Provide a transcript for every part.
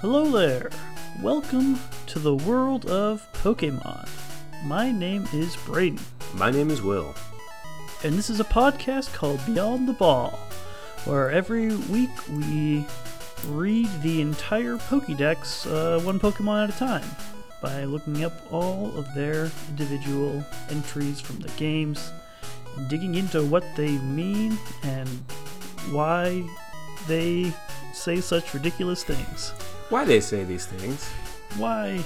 Hello there! Welcome to the world of Pokemon. My name is Brayden, My name is Will. and this is a podcast called Beyond the Ball, where every week we read the entire Pokedex, uh, one Pokemon at a time, by looking up all of their individual entries from the games, and digging into what they mean and why they say such ridiculous things. Why they say these things? why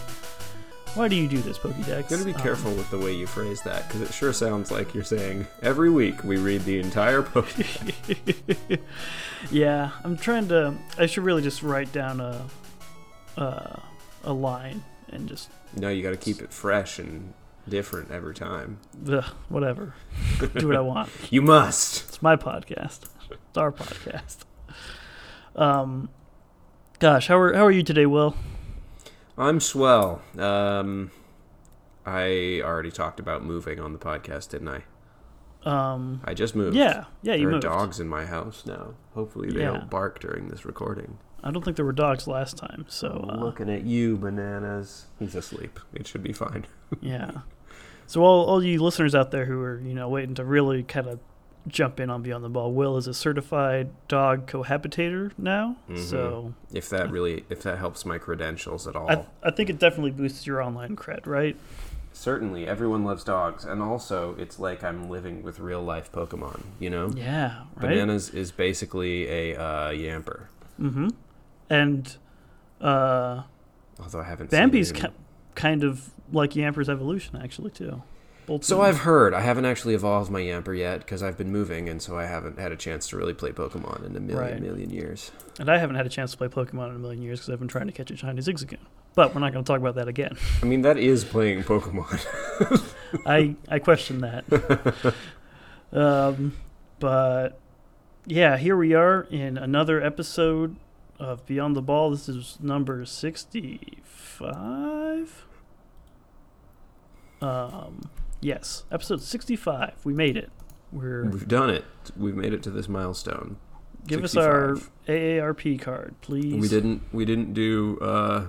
why do you do this pokédex Um, You gotta be careful with the way you phrase that, because it sure sounds like you're saying every week we read the entire Pokemon. yeah i'm trying to i should really just write down a uh, a line and just no, you gotta keep it fresh and different every time. ugh, whatever do what i want You must. it's my podcast it's our podcast um gosh how are how are you today will I'm swell. Um, I already talked about moving on the podcast, didn't I? um I just moved. yeah yeah There you are moved dogs in my house now. Hopefully they Yeah. don't bark during this recording. i don't think there were dogs last time so uh, Looking at you, bananas. He's asleep. It should be fine. uh, yeah so all, all you listeners out there who are you know waiting to really kind of jump in on Beyond the Ball. Will is a certified dog cohabitator now, so If that really, if that helps my credentials at all. I, I think it definitely boosts your online cred, right? Certainly, everyone loves dogs, and also it's like I'm living with real life Pokemon. You know, Yeah, right. bananas is basically a uh, Yamper. Mm-hmm. And uh, Although I haven't. seen Bambi's him. ki- kind of like Yamper's evolution, actually, too. Both So I've heard. I haven't actually evolved my Yamper yet because I've been moving, and so I haven't had a chance to really play Pokemon in a million Right. million years. and I haven't had a chance to play Pokemon in a million years because I've been trying to catch a Chinese Zigzagoon. But we're not going to talk about that again. I mean, that is playing Pokemon. I I question that. um, but yeah, here we are in another episode of Beyond the Ball. This is number sixty-five. Um, yes, episode sixty-five. We made it. We're We've done it. We've made it to this milestone. give us our 65. AARP card, please. We didn't. We didn't do uh,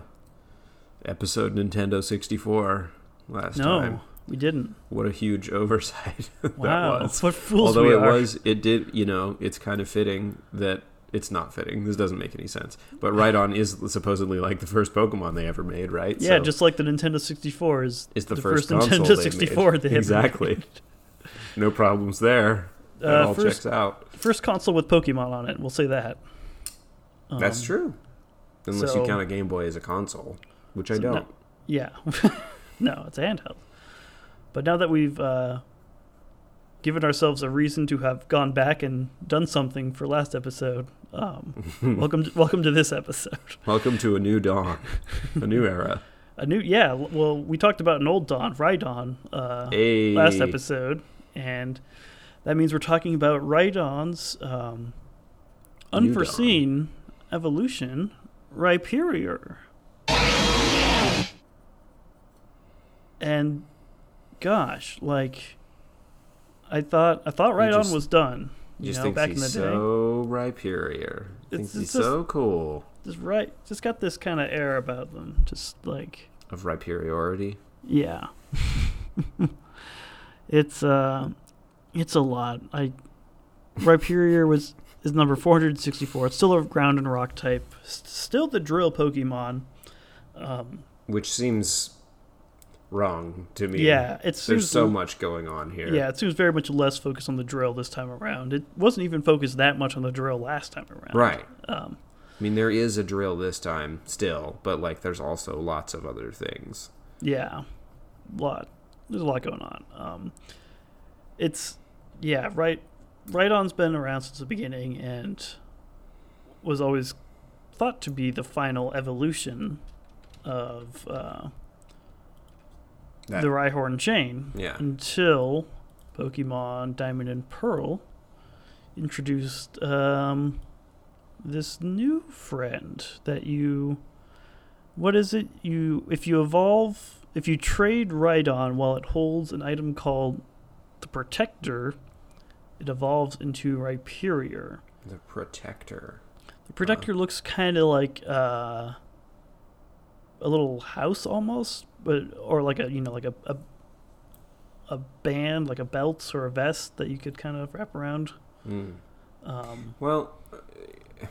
episode Nintendo sixty four last No, time. we didn't. What a huge oversight that Wow, was. what fools Although we it are. was, it did, you know, it's kind of fitting that it's not fitting. This doesn't make any sense. But Rhydon is supposedly like the first Pokemon they ever made, right? Yeah, So just like the Nintendo 64 is it's the, the first, first console Nintendo they made. 64 they ever exactly. no problems there. It Uh, all first- checks out. first console with Pokemon on it. We'll say that. That's Um, true. Unless so- you count a Game Boy as a console, which I So no- don't. Um, Yeah. no, it's a handheld. But now that we've uh, given ourselves a reason to have gone back and done something for last episode, um, welcome to, welcome to this episode. Welcome to a new dawn, a new era. A new yeah, l- well we talked about an old Don, Rhydon, uh Hey. last episode and that means we're talking about Rhydon's um, New Dawn. unforeseen evolution, Rhyperior. And gosh, like I thought I thought Rhydon just- was done. You just know, thinks back in he's the day. so Rhyperior. Thinks It's- he's it's just- so cool Just right just got this kind of air about them. Just like of Rhyperiority. Yeah. it's uh it's a lot. I Rhyperior was is number 464. It's still a ground and rock type. S- still the drill Pokemon. Um which seems wrong to me. yeah, it There's seems so much going on here. Yeah, it seems very much less focused on the drill this time around. It wasn't even focused that much on the drill last time around. Right. Um I mean, there is a drill this time still, but like there's also lots of other things. Yeah, lot. There's a lot going on. Um, it's yeah, right. Right on's been around since the beginning and was always thought to be the final evolution of uh, That- the Rhyhorn chain Yeah. until Pokemon Diamond and Pearl introduced um, this new friend that you. What is it? You if you evolve, if you trade Rhydon while it holds an item called the Protector, it evolves into Rhyperior. The protector. The Protector looks kind of like uh, a little house almost, but or like a you know like a a, a band like a belt or a vest that you could kind of wrap around. Mm. Um, Well, uh,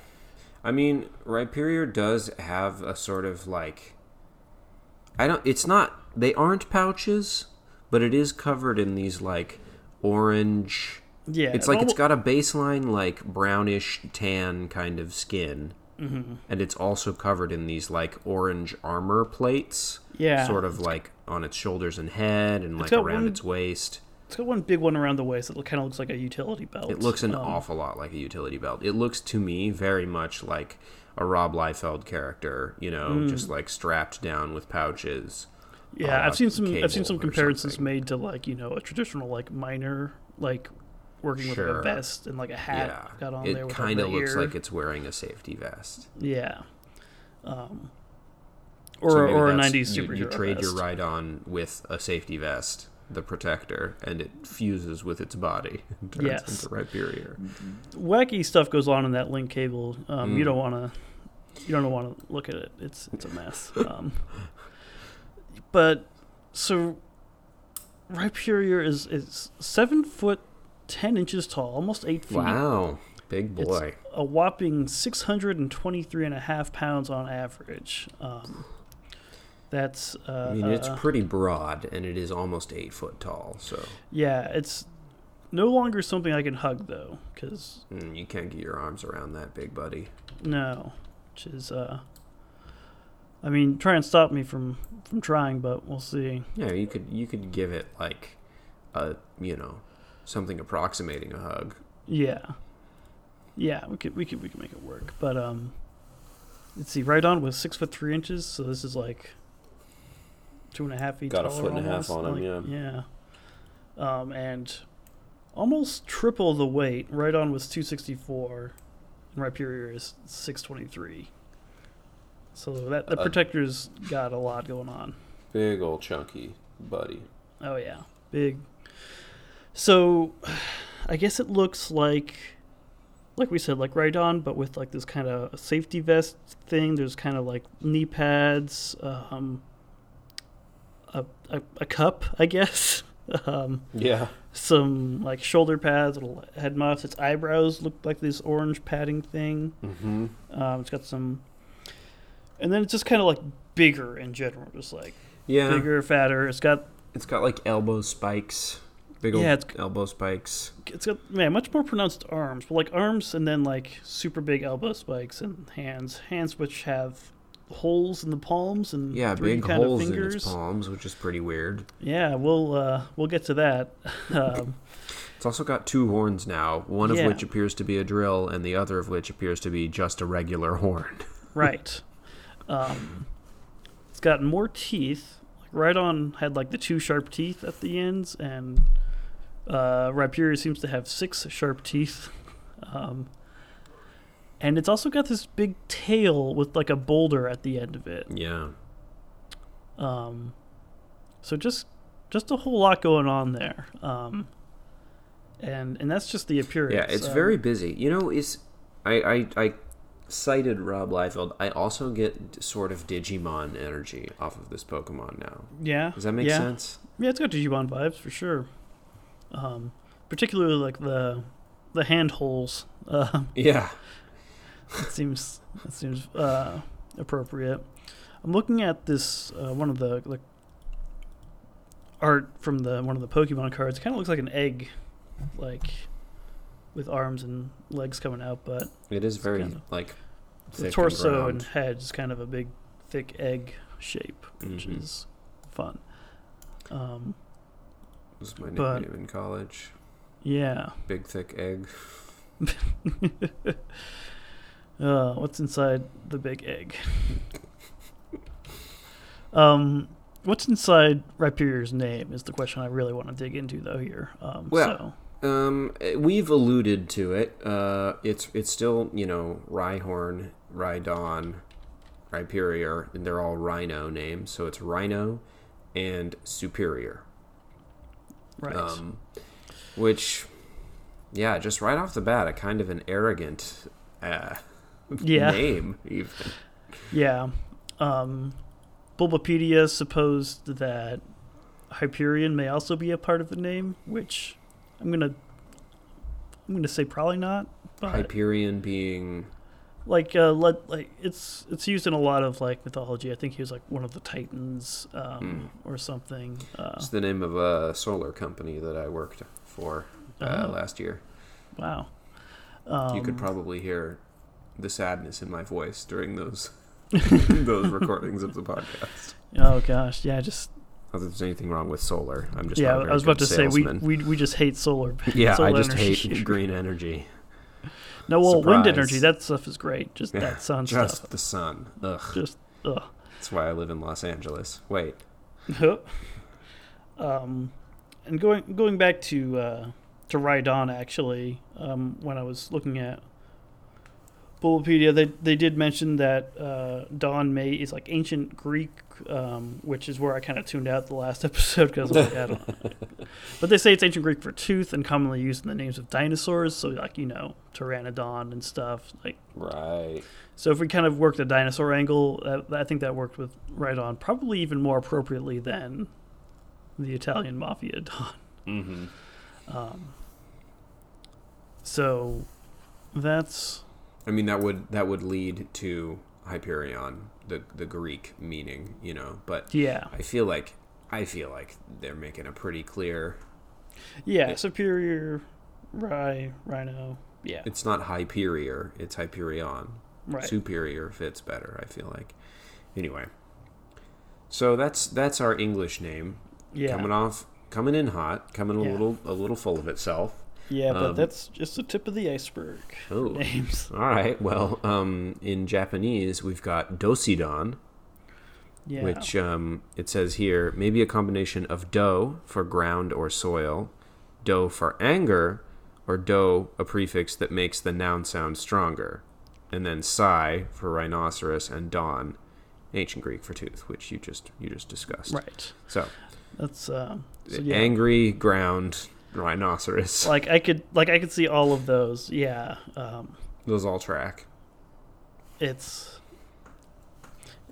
I mean, Rhyperior does have a sort of like. I don't. It's not. They aren't pouches, but it is covered in these like orange. yeah, it's like it's almo- got a baseline like brownish tan kind of skin, Mm-hmm. and it's also covered in these like orange armor plates, yeah, sort of like on its shoulders and head, and like got around one- its waist. It's got one big one around the waist that kind of looks like a utility belt. It looks an Um, awful lot like a utility belt. It looks to me very much like a Rob Liefeld character, you know, Mm. just like strapped down with pouches. Yeah, uh, I've seen some. I've seen cable some or comparisons something. made to like you know a traditional like miner like working with Sure. like a vest and like a hat yeah, got on there. it with, kind of the looks ear. like it's wearing a safety vest, yeah, um, So or maybe or a that's- '90s you- superhero You, trade your vest. ride on with a safety vest, the protector, and it fuses with its body and turns Yes. into Rhyperior. Wacky stuff goes on in that link cable. Um, Mm. You don't want to. You don't want to look at it. It's it's a mess. um, but so, Rhyperior is is seven foot ten inches tall, almost eight feet. Wow, big boy. It's a whopping 623 and a half pounds on average. Um, that's, uh, I mean, it's uh, pretty broad, and it is almost eight foot tall. So yeah, it's no longer something I can hug though, because mm, you can't get your arms around that big buddy. no, which is, uh, I mean, try and stop me from from trying, but we'll see. Yeah, you could you could give it like a you know something approximating a hug. Yeah, yeah, we could we could we could make it work, but um, let's see. Right on was six foot three inches, so this is like two and a half feet. Got a taller foot and a half almost, on him, like- Yeah, Um, and almost triple the weight. Right on was two sixty four, and Rhyperior is six twenty three. So that the Uh, protector's got a lot going on. Big old chunky buddy. Oh yeah, big. So, I guess it looks like, like we said, like Rhydon, but with like this kind of safety vest thing. There's kind of like knee pads, um, a, a a cup, I guess. Um, Yeah. some like shoulder pads, little head muffs. Its eyebrows look like this orange padding thing. Mm-hmm. Um, it's got some, and then it's just kind of like bigger in general, just like Yeah. bigger, fatter. It's got It's got like elbow spikes. Big old Yeah, it's- elbow spikes. it's got man much more pronounced arms, but like arms and then like super big elbow spikes and hands, hands which have holes in the palms and Yeah, three big kind of holes in fingers. its palms, which is pretty weird. Yeah, we'll uh, we'll get to that. um, It's also got two horns now, one of Yeah. which appears to be a drill, and the other of which appears to be just a regular horn. right. Um, it's got more teeth. Like right on had like the two sharp teeth at the ends, and uh, Rhyperior seems to have six sharp teeth. Um, and it's also got this big tail with like a boulder at the end of it. Yeah. Um, so just just a whole lot going on there. Um, and and that's just the appearance. Yeah, it's Um, very busy. You know, it's I, I I cited Rob Liefeld. I also get sort of Digimon energy off of this Pokemon now. yeah. Does that make yeah. sense? Yeah, it's got Digimon vibes for sure. Um, particularly like the the hand holes. Uh, Yeah. it seems that seems uh, appropriate. I'm looking at this uh, one of the like art from the one of the Pokemon cards. It kind of looks like an egg, like with arms and legs coming out, but It is very kinda- like thick the and torso and round. head is kind of a big thick egg shape which Mhm. is fun um, was my but- nickname in college. yeah Big thick egg. uh, what's inside the big egg um, what's inside Rhyperior's name is the question I really want to dig into though here um, Well, so Um, eh, we've alluded to it. Uh, it's it's still you know Rhyhorn, Rhydon, Rhyperior, and they're all Rhino names. So it's Rhino and Superior. right Um, which, yeah, just right off the bat, a kind of an arrogant uh, yeah name. Even. yeah um, Bulbapedia supposed that Hyperion may also be a part of the name, which I'm gonna I'm gonna say probably not. But Hyperion being like uh, let, like it's it's used in a lot of like mythology. I think he was like one of the Titans um, Hmm. or something. Uh, it's the name of a solar company that I worked for uh, Oh. last year. wow. Um, you could probably hear the sadness in my voice during those those recordings of the podcast. Oh gosh, yeah, just Not that there's anything wrong with solar. I'm just yeah. Not a very I was about to good salesman. say we, we we just hate solar. yeah, solar I just energy. hate green energy. No, well, wind Surprise. energy. That stuff is great. Just that sun just stuff. the sun. Ugh. Just ugh. That's why I live in Los Angeles. Wait, um, and going going back to uh, to Rhydon actually, um, when I was looking at Bulbapedia, they they did mention that uh, Dawn May is like ancient Greek, um, which is where I kind of tuned out the last episode because like, I don't. But they say it's ancient Greek for tooth and commonly used in the names of dinosaurs, so like you know Pteranodon and stuff like. right? So if we kind of worked the dinosaur angle, uh, I think that worked with right on probably even more appropriately than the Italian mafia don. Mm-hmm. So that's I mean, that would that would lead to Hyperion, the the Greek meaning, you know. But yeah, I feel like I feel like they're making a pretty clear. yeah, superior rye rhino. Yeah, It's not Hyperior. It's Hyperion. right. Superior fits better. I feel like. Anyway. So that's that's our English name yeah, coming off, coming in hot, coming a Yeah. little a little full of itself. yeah, but um, that's just the tip of the iceberg. Oh. Names. All right. Well, um, in Japanese, we've got Dosidon, Yeah. which um, it says here maybe a combination of do for ground or soil, do for anger, or do a prefix that makes the noun sound stronger, and then sai for rhinoceros and don, ancient Greek for tooth, which you just you just discussed. right. So, That's um. So yeah. angry ground rhinoceros. like I could like I could see all of those. Yeah. Um. Those all track. it's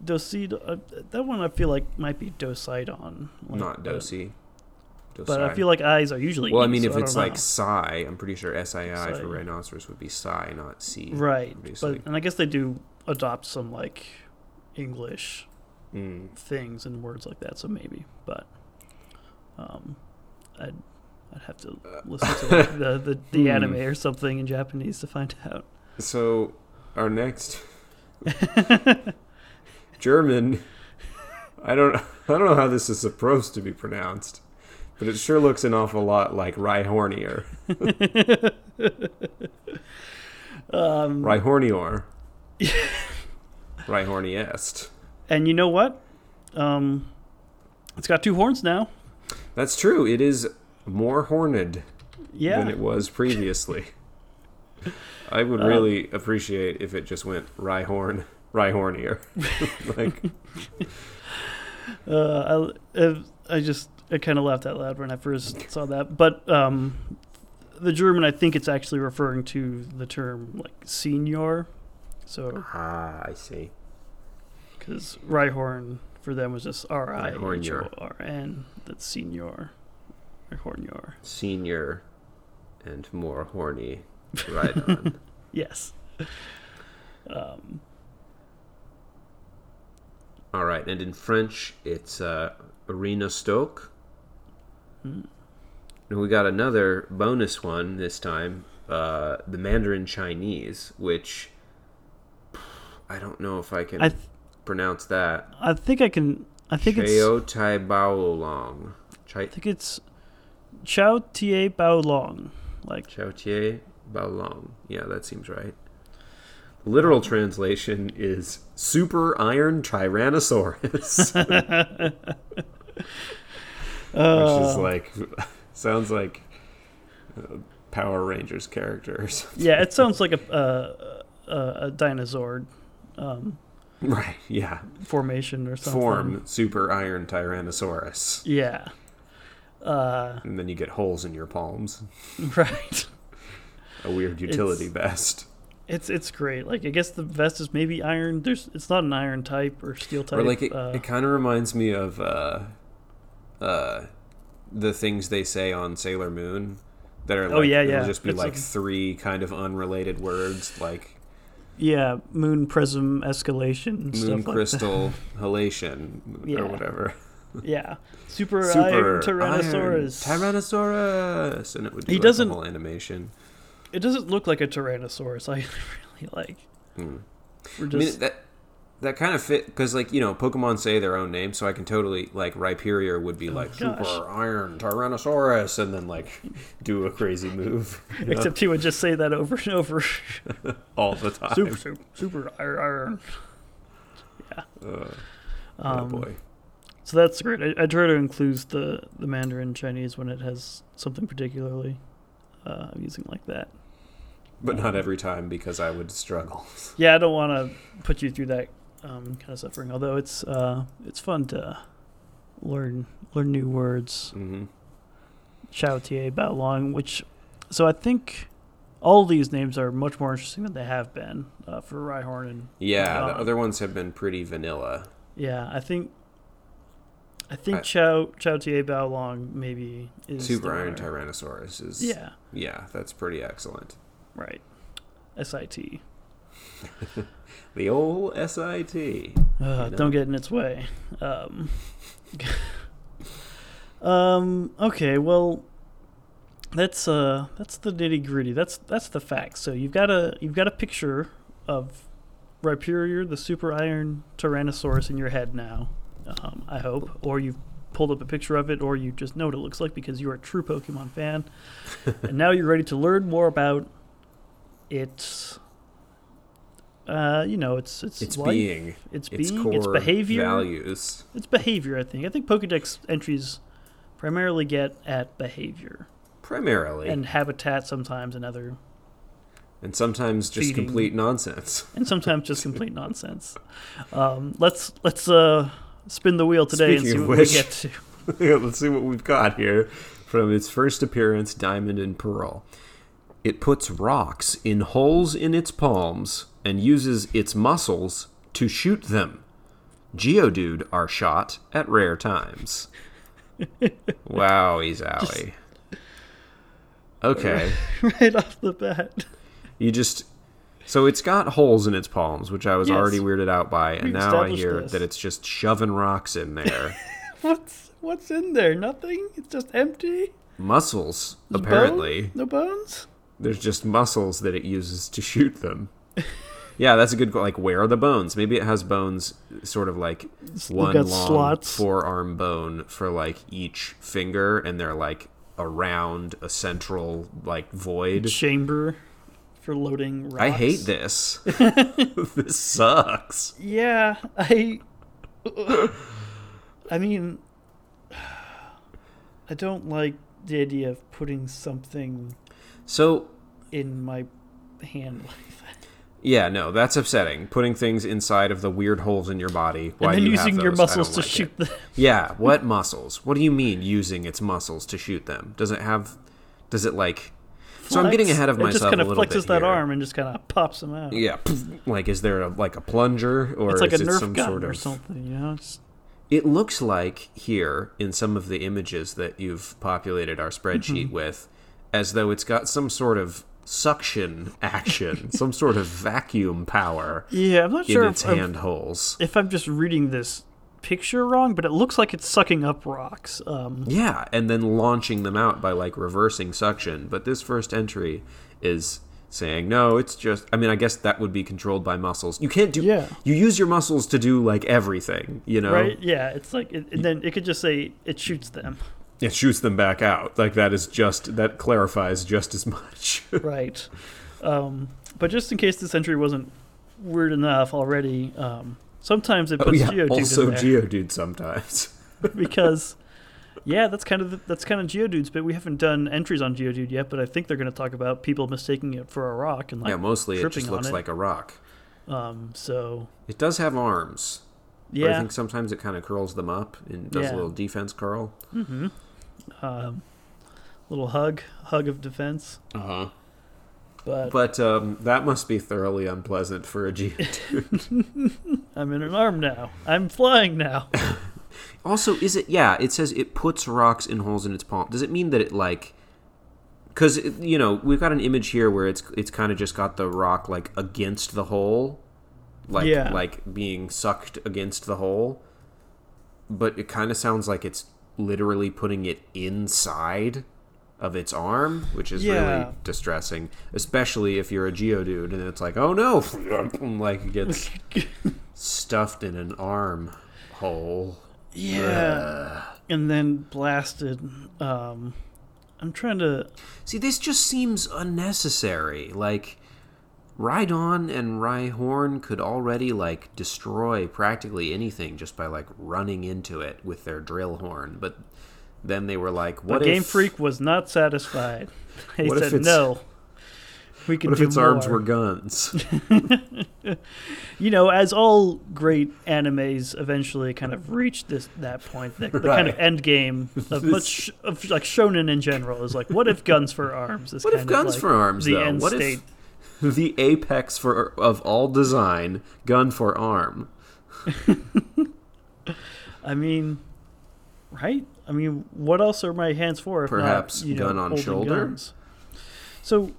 Docid. Uh, that one I feel like might be Docidon. Like, Not but- dosi. But, I feel like eyes are usually. Well, I E, mean, so if it's don't like know. psi, I'm pretty sure SII Psi. for rhinoceros would be psi, not C. right, obviously. but and I guess they do adopt some like English Mm. things and words like that. So maybe, but um, I'd I'd have to listen to like, the the, the Uh. Hmm. anime or something in Japanese to find out. So, our next German. I don't. I don't know how this is supposed to be pronounced, but it sure looks an awful lot like Rhyhornier. um, Rhyhornior. Rhyhorniest. And you know what? Um, it's got two horns now. That's true. It is more horned Yeah, than it was previously. I would really appreciate if it just went Rhyhorn, Rhyhornier. like, Uh, I, uh, I just I kind of laughed out loud when I first saw that. But um, the German, I think it's actually referring to the term like senior. So ah, I see. because Rhyhorn for them was just R I H O Rhyhornier. R N. That's senior. Rhyhornier. Senior and more horny. Right on. Yes. Um, All right, and in French, it's uh, Arena Stoke. Hmm. And we got another bonus one this time, uh, the Mandarin Chinese, which I don't know if I can I th- pronounce that. I think I can. I think it's. Chao Tai Bao Long. Chai- I think it's. Chao Tie Bao Long. Like Chao Tie Bao Long. Yeah, that seems right. Literal translation is Super Iron Tyrannosaurus. Which is like, sounds like a Power Rangers character or something. Yeah, it sounds like a a, a, a dinosaur um, Right, yeah. formation or something. Form Super Iron Tyrannosaurus. Yeah. Uh, And then you get holes in your palms. right. A weird utility vest. It's it's great. Like I guess the vest is maybe iron. There's it's not an iron type or steel type. Or like it, uh, it kind of reminds me of uh, uh, the things they say on Sailor Moon that are like Oh, yeah, it'll yeah. just be It's like like- three kind of unrelated words like yeah, moon prism escalation, and moon stuff crystal halation Yeah. or whatever. Like that. Yeah, super, Super iron tyrannosaurus. Iron Tyrannosaurus, and it would do He like, a doesn't- whole animation. it doesn't look like a tyrannosaurus. I really like. Hmm. We're I mean just that that kind of fit because like you know Pokemon say their own name, so I can totally like Rhyperior would be like Oh, gosh. Super Iron Tyrannosaurus, and then like do a crazy move you know, except he would just say that over and over. all the time. super, super, super iron. iron. Uh, oh Um, boy, So that's great. I, I try to include the, the Mandarin Chinese when it has something particularly uh, amusing like that. but not every time because I would struggle. Yeah, I don't want to put you through that um, kind of suffering. Although it's uh, it's fun to learn learn new words. hmm Xiao Tie Bao Long, which so I think all these names are much more interesting than they have been uh, for Rhyhorn and Yeah, the Uh, other ones have been pretty vanilla. yeah. I think I think I- Chao Chao Tie Bao Long maybe is Super the Iron winner. Tyrannosaurus is Yeah. yeah, that's pretty excellent. Right. SIT. The old SIT. Uh, know. Don't get in its way. Um, um, okay, well, that's uh, that's the nitty gritty. That's that's the facts. So you've got a you've got a picture of Rhyperior, the super iron Tyrannosaurus, in your head now. Um, I hope, or you've pulled up a picture of it, or you just know what it looks like because you're a true Pokemon fan, and now you're ready to learn more about its. Uh, you know, it's it's, It's life being its being, its its, core behavior, values. its behavior. I think. I think Pokedex entries primarily get at behavior primarily and, and habitat sometimes, and other, sometimes just feeding. complete nonsense and sometimes just complete nonsense. Um, let's let's uh, spin the wheel today and Speaking see of what which- we get to. Yeah, let's see what we've got here from its first appearance diamond and pearl it puts rocks in holes in its palms and uses its muscles to shoot them geodude are shot at rare times wowie zowie okay right off the bat. you just so it's got holes in its palms which i was Yes. already weirded out by and We now i established hear this. that it's just shoving rocks in there What's what's in there? Nothing. It's just empty. muscles Bone? apparently no bones. there's just muscles that it uses to shoot them yeah that's a good qu- like where are the bones maybe it has bones sort of like one got long slots. forearm bone for like each finger and they're like around a central like void Chamber for loading rocks. i hate this this sucks Yeah, I. I mean, I don't like the idea of putting something so in my hand like that, Yeah, no, that's upsetting. Putting things inside of the weird holes in your body. Why and then do you have using your those? I don't muscles to like it. shoot the. Yeah, what muscles? What do you mean using its muscles to shoot them? Does it have? Does it like? So I'm getting flex. ahead of It myself just kind a of little flexes bit that here. arm and just kind of pops them out. Yeah, like is there a, like a plunger or it's like a is it Nerf some gun sort of? or something, you know. It's, It looks like here in some of the images that you've populated our Mm-hmm. spreadsheet with, as though it's got some sort of suction action, some sort of vacuum power yeah, I'm not sure um, in its if, I'm- hand holes. if I'm just reading this picture wrong, but it looks like it's sucking up rocks. Um, Yeah, and then launching them out by like reversing suction. But this first entry is saying no, it's just I mean, I guess that would be controlled by muscles. You can't do Yeah. you use your muscles to do like everything, you know? Right? Yeah, it's like, it, and then it could just say it shoots them. It shoots them back out. Like that is just that clarifies just as much. right. Um, but just in case this entry wasn't weird enough already, um, sometimes it puts oh yeah, Geodude also in there Geodude sometimes. because, yeah, that's kind of the, that's kind of Geodude's. But we haven't done entries on Geodude yet. But I think they're going to talk about people mistaking it for a rock and like yeah, mostly it tripping just on looks it. like a rock. um. So It does have arms. but I yeah, think sometimes it kind of curls them up and does a Yeah. little defense curl. mm-hmm. um, little hug, hug of defense. Uh huh. But But um, that must be thoroughly unpleasant for a Geodude. I'm in an arm now. I'm flying now. also, is it? Yeah, it says it puts rocks in holes in its palm. Does it mean that it like? Because you know we've got an image here where it's it's kind of just got the rock like against the hole, like Yeah. like being sucked against the hole. But it kind of sounds like it's literally putting it inside of its arm, which is Yeah. really distressing, especially if you're a Geodude and it's like, oh no, like it gets stuffed in an arm hole. Yeah. And then blasted. Um, I'm trying to. See, this just seems unnecessary. Like, Rhydon and Rhyhorn could already, like, destroy practically anything just by, like, running into it with their drill horn. But then they were like, what But if, Game Freak was not satisfied. They What if said it's- no. We can what if do its more. arms were guns? You know, as all great animes eventually kind of reach this that point, the, the kind of Right. end game of much of like shonen in general is like, what if guns for arms? Is What if kind of guns like for arms, The though? end What if- state. the apex for of all design, gun for arm. I mean, right? I mean, what else are my hands for? If not, Perhaps you know, gun on holding shoulder? guns? So,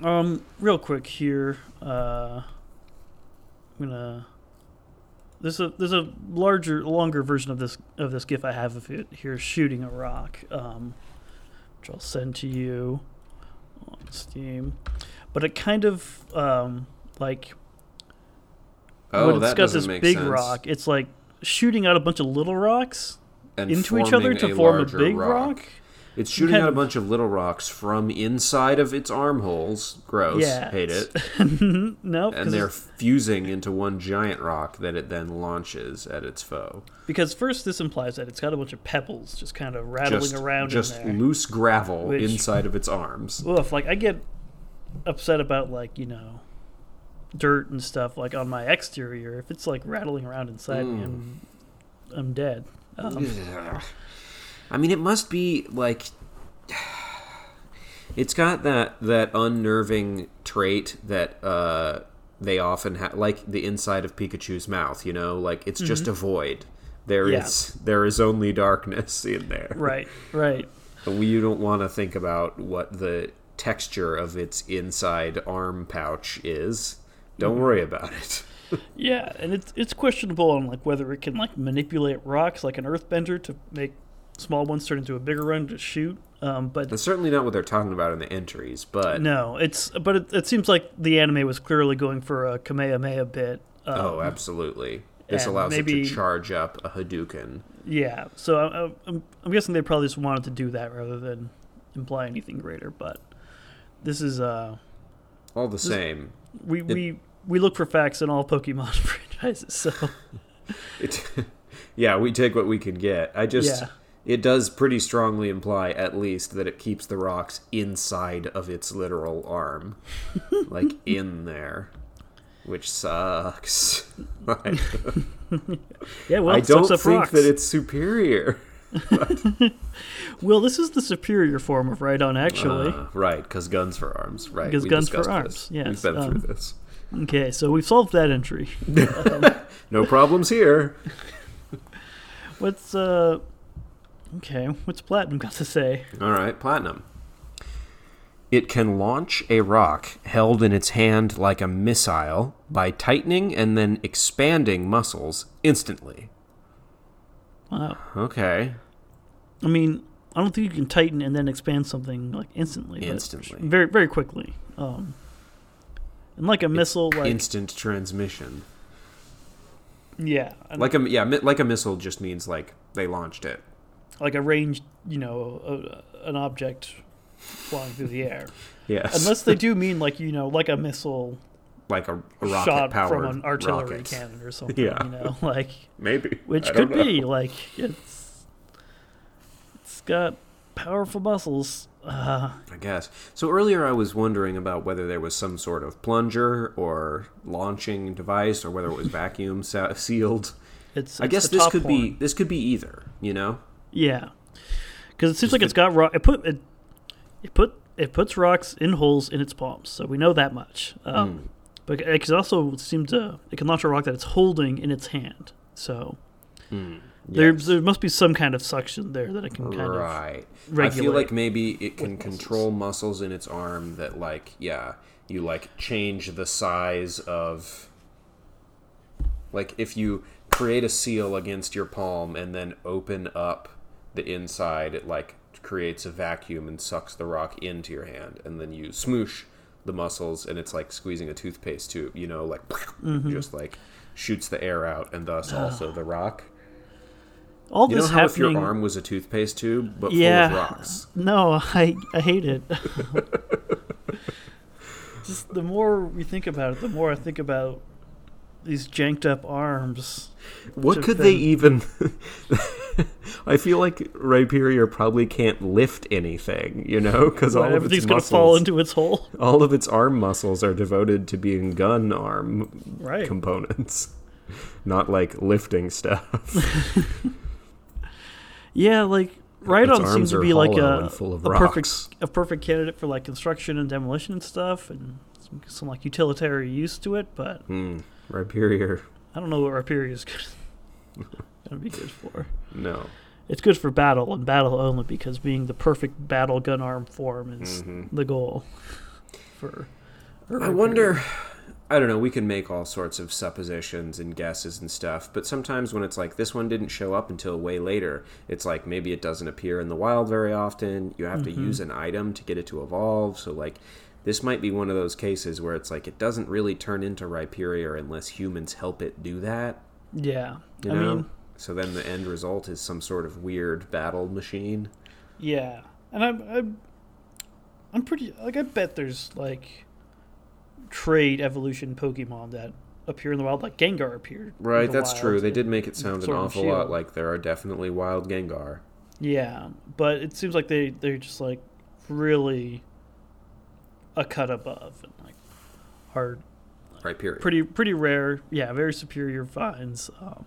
um, real quick here, uh, I'm gonna. There's a there's a larger, longer version of this of this gif I have of it here shooting a rock, um, which I'll send to you on Steam. But it kind of um, like Oh, when it's that got doesn't this make big sense. rock, it's like shooting out a bunch of little rocks And into each other forming to form a larger big rock. It's shooting Kind out a of- bunch of little rocks from inside of its armholes. Gross. Yeah. Hate it. no, And because they're fusing into one giant rock that it then launches at its foe. because first this implies that it's got a bunch of pebbles just kind of rattling Just, around just in loose gravel Which- inside of its arms. there. Oof, like I get upset about like you know dirt and stuff like on my exterior. If it's like rattling around inside me, I'm, Mm. I'm dead. Um, I mean, it must be like. It's got that that unnerving trait that uh, they often have, like the inside of Pikachu's mouth. You know, like it's just a void. There is Mm-hmm. Yeah. there is only darkness in there. right, right. But we- you don't want to think about what the texture of its inside arm pouch is. Don't Mm-hmm. worry about it. Yeah, and it's it's questionable on like whether it can like manipulate rocks like an earthbender to make small ones turn into a bigger one to shoot. Um, but That's certainly not what they're talking about in the entries, but No, it's but it, it seems like the anime was clearly going for a Kamehameha bit. Uh, oh, absolutely. This and allows maybe- it to charge up a Hadouken. Yeah, so I, I, I'm I'm guessing they probably just wanted to do that rather than imply anything greater. But this is uh All the same, we we we look for facts in all Pokemon franchises. So it, yeah, we take what we can get. I just Yeah. it does pretty strongly imply, at least, that it keeps the rocks inside of its literal arm, like in there, which sucks. Like, yeah, well, I it sucks don't up think rocks. that it's superior. well, this is the superior form of Rhydon, actually. Uh, right, because guns for arms. Right, 'Cause we guns for discussed arms, This. yes, We've been um, through this. okay, so we've solved that entry. No problems here. What's uh okay? What's Platinum got to say? All right, platinum. It can launch a rock held in its hand like a missile by tightening and then expanding muscles instantly. Wow. Okay. I mean, I don't think you can tighten and then expand something like instantly. but Instantly. very very quickly. Um, and like a missile, like Instant transmission. yeah, and like Like a yeah, mi- like a missile just means like they launched it. a ranged, you know, a, an object flying through the air. Yes. Unless they do mean like you know, like a missile like a, a rocket shot powered from an artillery rocket. cannon or something. Yeah. You know, like Maybe. which I could don't know. be like it's it's got powerful muscles. Uh, I guess. So earlier I was wondering about whether there was some sort of plunger or launching device or whether it was vacuum se- sealed. it's, it's I guess the this top could horn. be this could be either, you know? Yeah, because it seems like it's got rock. It put it, it put it puts rocks in holes in its palms, so we know that much. Hmm. Um, But it can also seem to it can launch a rock that it's holding in its hand. So there Hmm. Yes. there must be some kind of suction there that it can kind of right. I feel regulate like maybe it can with muscles. control muscles in its arm that, like, yeah, you like change the size of. Like if you create a seal against your palm and then open up the inside, it like creates a vacuum and sucks the rock into your hand, and then you smoosh the muscles, and it's like squeezing a toothpaste tube. You know, like Mm-hmm. just like shoots the air out, and thus also the rock. all You know this how if happening. your arm was a toothpaste tube, but yeah, full of rocks. no, I I hate it. Just the more we think about it, the more I think about these janked up arms. What Which could have they been- even? I feel like Rhyperior probably can't lift anything, you know, because all of Everything's its gonna muscles, fall into its hole. all of its arm muscles are devoted to being gun arm Right. components, not like lifting stuff. Yeah, like Its Rhydon arms seems to are be like hollow a, and full of a rocks. perfect a perfect candidate for like construction and demolition and stuff, and some, some like utilitarian use to it. But Hmm. Rhyperior, I don't know what Rhyperia is gonna, gonna be good for. no. It's good for battle and battle only because being the perfect battle gun arm form is Mm. Mm-hmm. the goal. For for I Rhyperior. wonder. I don't know. We can make all sorts of suppositions and guesses and stuff, but sometimes when it's like this one didn't show up until way later, it's like maybe it doesn't appear in the wild very often. You have to use an item to get it to evolve. So, like, this might be one of those cases where it's like it doesn't really turn into Rhyperior unless humans help it do that, Yeah, you I know? mean, so then the end result is some sort of weird battle machine. yeah, and I'm I'm, I'm pretty like I bet there's like trade evolution Pokemon that appear in the wild, like Gengar appeared. in Right, the that's wild, true. They and- did make it sound an Sword and awful Shield. lot like there are definitely wild Gengar. Yeah, but it seems like they they're just like really a cut above and like hard Rhyperior. pretty pretty rare. Yeah, very superior finds. Um,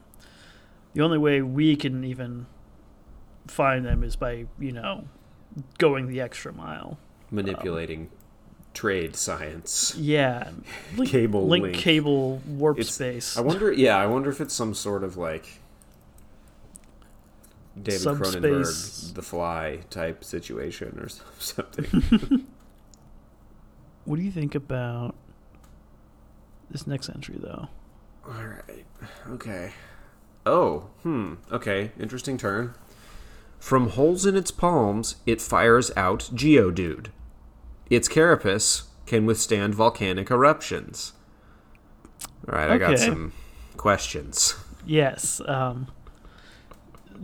the only way we can even find them is by you know going the extra mile. manipulating trade science. Yeah, link, Cable link, link. cable warp It's- space. I wonder. Yeah, I wonder if it's some sort of like David Subspace. Cronenberg, The Fly type situation or some- something. what do you think about this next entry though? All right. Okay. Oh. Hmm. Okay. Interesting turn. From holes in its palms, it fires out Geodude. Its carapace can withstand volcanic eruptions. All right, I got Okay. some questions. Yes. Um,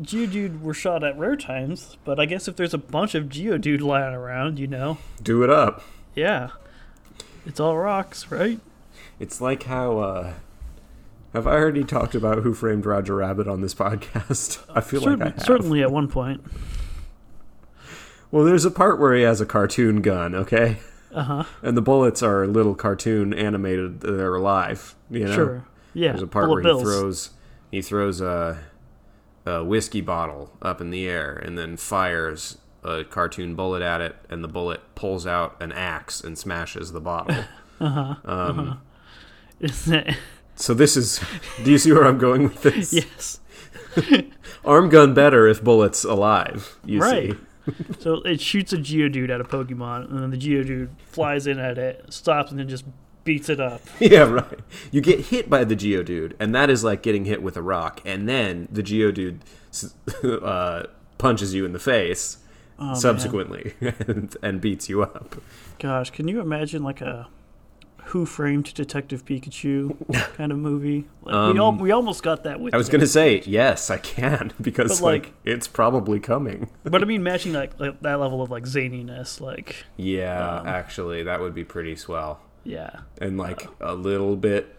Geodude were shot at rare times, but I guess if there's a bunch of Geodude lying around, you know, Do it up. yeah, it's all rocks, right? It's like how uh have I already talked about Who Framed Roger Rabbit on this podcast? I feel Certain, like I have. Certainly at one point. Well, there's a part where he has a cartoon gun, okay, Uh huh. and the bullets are little cartoon animated. They're alive, you know. Sure. Yeah. There's a part bullet where bills. he throws he throws a, a whiskey bottle up in the air and then fires a cartoon bullet at it, and the bullet pulls out an axe and smashes the bottle. so this is. Do you see where I'm going with this? yes. Arm gun better if bullets alive. You Right. see. So it shoots a Geodude at a Pokemon, and then the Geodude flies in at it, stops, and then just beats it up. Yeah, right. You get hit by the Geodude, and that is like getting hit with a rock, and then the Geodude s- uh, punches you in the face Oh, subsequently and, and beats you up. Gosh, can you imagine like a Who Framed Detective Pikachu kind of movie? Like we all, we almost got that with. Um, I was it. going to say, yes, I can, because But, like- like, it's probably coming. but I mean, matching like, like that level of like zaniness, like Yeah, actually, that would be pretty swell. yeah, And like a little bit.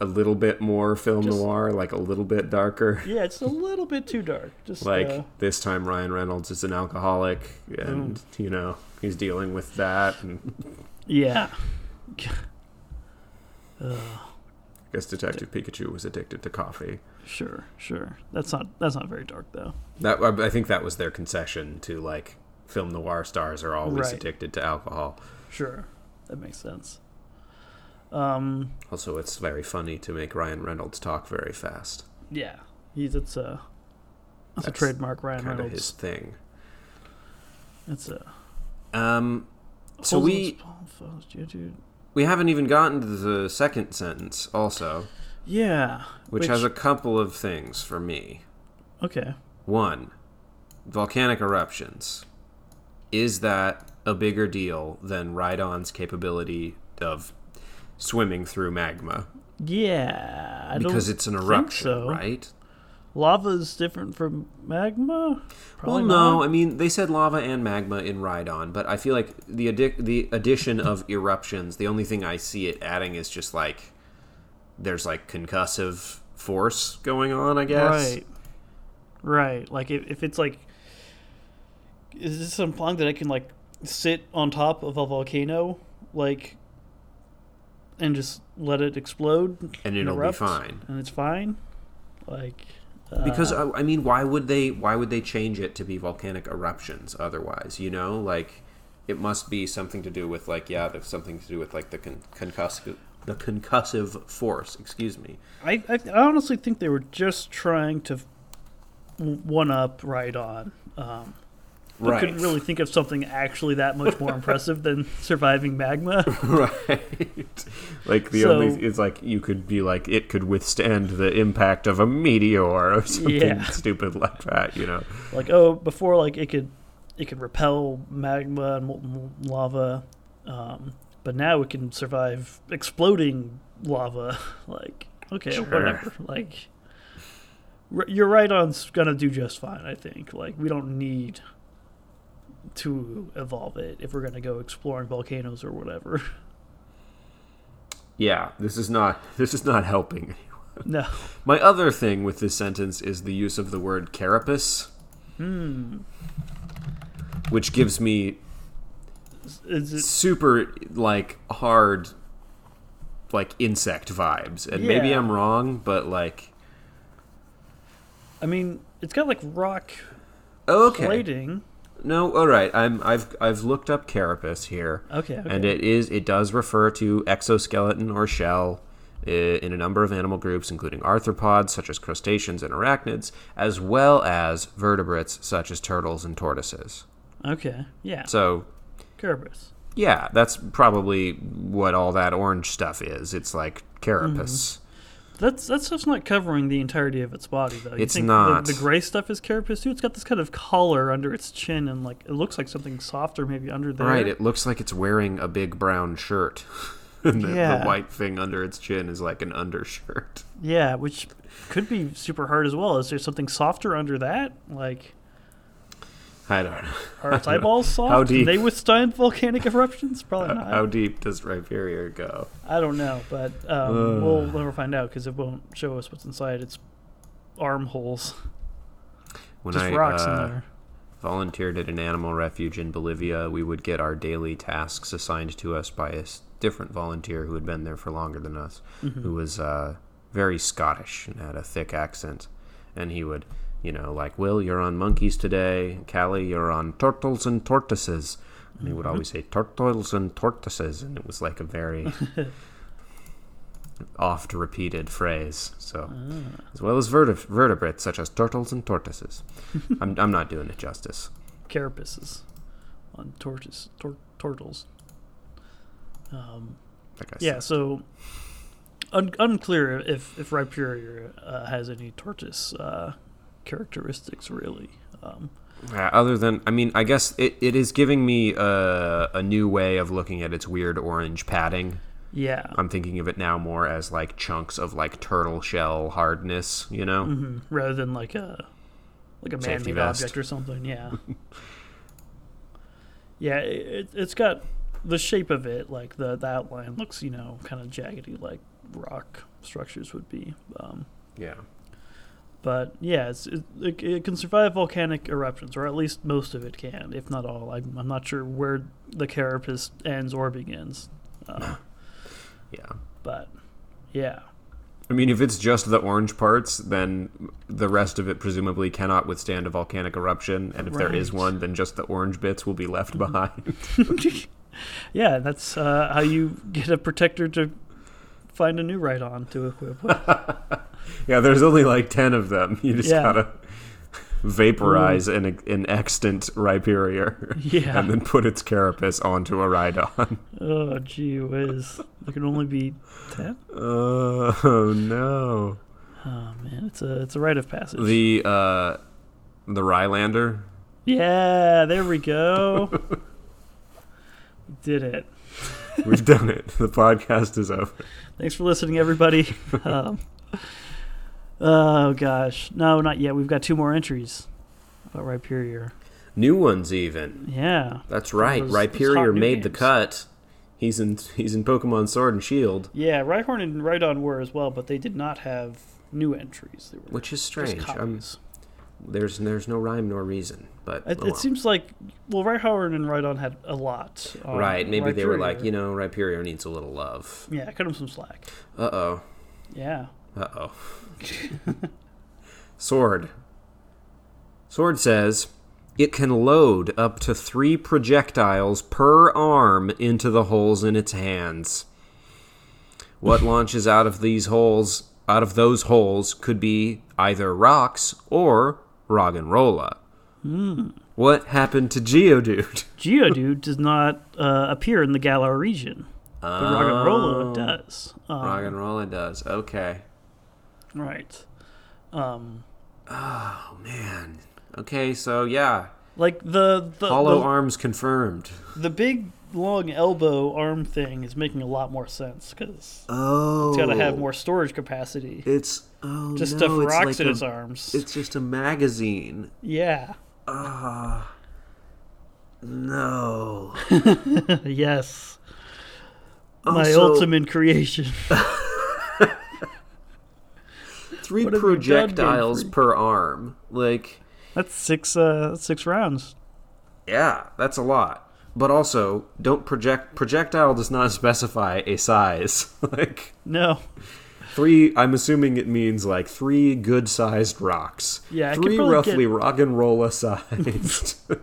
A little bit more film Just- noir, like a little bit darker. yeah, it's a little bit too dark. Just like uh, this time Ryan Reynolds is an alcoholic and Mm. you know he's dealing with that and yeah, Uh, I guess Detective Pikachu was addicted to coffee. sure, sure. That's not that's not very dark though. That I I think that was their concession to like film noir stars are always Right. addicted to alcohol. Sure, that makes sense. Um, Also, it's very funny to make Ryan Reynolds talk very fast. yeah, he's it's a it's a That's trademark Ryan Kind of Reynolds. his thing. It's a Um, so Holds we its palm first, yeah, dude. we haven't even gotten to the second sentence, also, Yeah, which, Which- has a couple of things for me. okay. One, volcanic eruptions. Is that a bigger deal than Rhydon's capability of swimming through magma? Yeah, I Because don't it's an eruption, so. right? lava is different from magma. Probably well, no. not. I mean, they said lava and magma in Rhydon, but I feel like the addic- the addition of eruptions, the only thing I see it adding is just like there's like concussive force going on, I guess. Right. Right. Like if, if it's like is this implying that I can like sit on top of a volcano like and just let it explode And it'll erupt, be fine. and it's fine? Like uh, Because I I mean, why would they why would they change it to be volcanic eruptions otherwise, you know? Like it must be something to do with like yeah, there's something to do with like the con- concussive the concussive force, excuse me. I, I I honestly think they were just trying to one up right on. Um but Right. couldn't really think of something actually that much more impressive than surviving magma. right like the So- only it's like you could be like it could withstand the impact of a meteor or something Yeah. stupid like that you know like oh before like it could it could repel magma and molten lava um, but now it can survive exploding lava like okay Sure. whatever like r- you're right on's gonna do just fine i think like we don't need to evolve it if we're gonna go exploring volcanoes or whatever yeah this is not this is not helping no my other thing with this sentence is the use of the word carapace which gives me is it super like hard like insect vibes and maybe Yeah. i'm wrong but like i mean it's got like rock okay plating no all right i'm i've i've looked up carapace here okay, okay. and it is it does refer to exoskeleton or shell uh, in a number of animal groups including arthropods such as crustaceans and arachnids as well as vertebrates such as turtles and tortoises okay yeah so Kerberos. yeah that's probably what all that orange stuff is it's like carapace Mm-hmm. That's that stuff's not covering the entirety of its body though. You It's think not. The, the gray stuff is carapace too. It's got this kind of collar under its chin, and like it looks like something softer maybe under there. right it looks like it's wearing a big brown shirt and the, Yeah. the white thing under its chin is like an undershirt yeah, which could be super hard as well. Is there something softer under that? Like i don't know are its eyeballs soft? How Can deep? they withstand volcanic eruptions? Probably not. how deep does rhyperior go I don't know, but um, Uh. we'll never find out because it won't show us what's inside its armholes. when Just I, rocks uh, in there. volunteered at an animal refuge in Bolivia, we would get our daily tasks assigned to us by a s- different volunteer who had been there for longer than us, who was uh, very Scottish and had a thick accent. And he would, you know, like, Will, you're on monkeys today. Callie, you're on turtles and tortoises. And he would always say, turtles and tortoises. And it was like a very oft repeated phrase. So, Ah. as well as verteb- vertebrates such as turtles and tortoises. I'm, I'm not doing it justice. Carapaces on tortoise tor- turtles. Um, Like I Yeah, said. so un- unclear if if Rhyperior uh, has any tortoise uh, characteristics really. Um, Yeah, other than, I mean, I guess it, it is giving me a, a new way of looking at its weird orange padding. yeah, I'm thinking of it now more as like chunks of like turtle shell hardness, you know? mhm, rather than like a like a Safety man-made vest. object or something. Yeah, yeah, it, it's got the shape of it like the the outline looks you know kind of jaggedy like rock structures would be. Um, Yeah. But yeah, it's, it, it, it can survive volcanic eruptions, or at least most of it can, if not all. I'm, I'm not sure where the carapace ends or begins. Uh, Yeah. but yeah. I mean, if it's just the orange parts, then the rest of it presumably cannot withstand a volcanic eruption. And if there is Right. Mm-hmm. one, then just the orange bits will be left behind. yeah, that's uh, how you get a protector to find a new right on to equip. with. yeah, there's only like 10 of them. You just Yeah. gotta vaporize an, an extant Rhyperior and yeah. then put its carapace onto a Rhydon. Oh, gee whiz. There can only be ten. Oh, no. Oh man, it's a it's a rite of passage. The, uh, the Rylander. yeah, there we go. Did it. We've done it. The podcast is over. Thanks for listening, everybody. um, oh gosh, no, not yet. We've got two more entries about Rhyperior. New ones, even. Yeah, That's right. those- those Rhyperior hot new made the games. cut. He's in he's in Pokemon Sword and Shield, yeah. Rhyhorn and Rhydon were as well, but they did not have new entries. They were which is just strange. Um, copies. there's there's no rhyme nor reason, but It, oh well. it seems like well, Rhyhorn and Rhydon had a lot. on right. Maybe they were like, Rhyperior. you know, Rhyperior needs a little love. yeah, cut him some slack. Uh oh. Yeah, Uh oh. Sword. Sword says it can load up to three projectiles per arm into the holes in its hands. What launches out of these holes, out of those holes, could be either rocks or Roggenrola. What happened to Geodude? Geodude does not uh, appear in the Galar region, but Oh. Roggenrola does. Um, Roggenrola does. Okay. Right. Um, Oh man. Okay, so yeah, like the the, hollow Uh, the, arms confirmed. the big long elbow arm thing is making a lot more sense because Oh, it's got to have more storage capacity. It's oh Just no, stuff it's rocks like in a- his arms. It's just a magazine. yeah. Ah, no. yes. My Also, ultimate creation. three have you done, Game projectiles Freak? per arm. Like, that's six. Uh, that's six rounds. yeah, that's a lot. But also, don't project. Projectile does not specify a size. like No. three. I'm assuming it means like three good-sized rocks. Yeah, I could three probably roughly rock and rolla sized.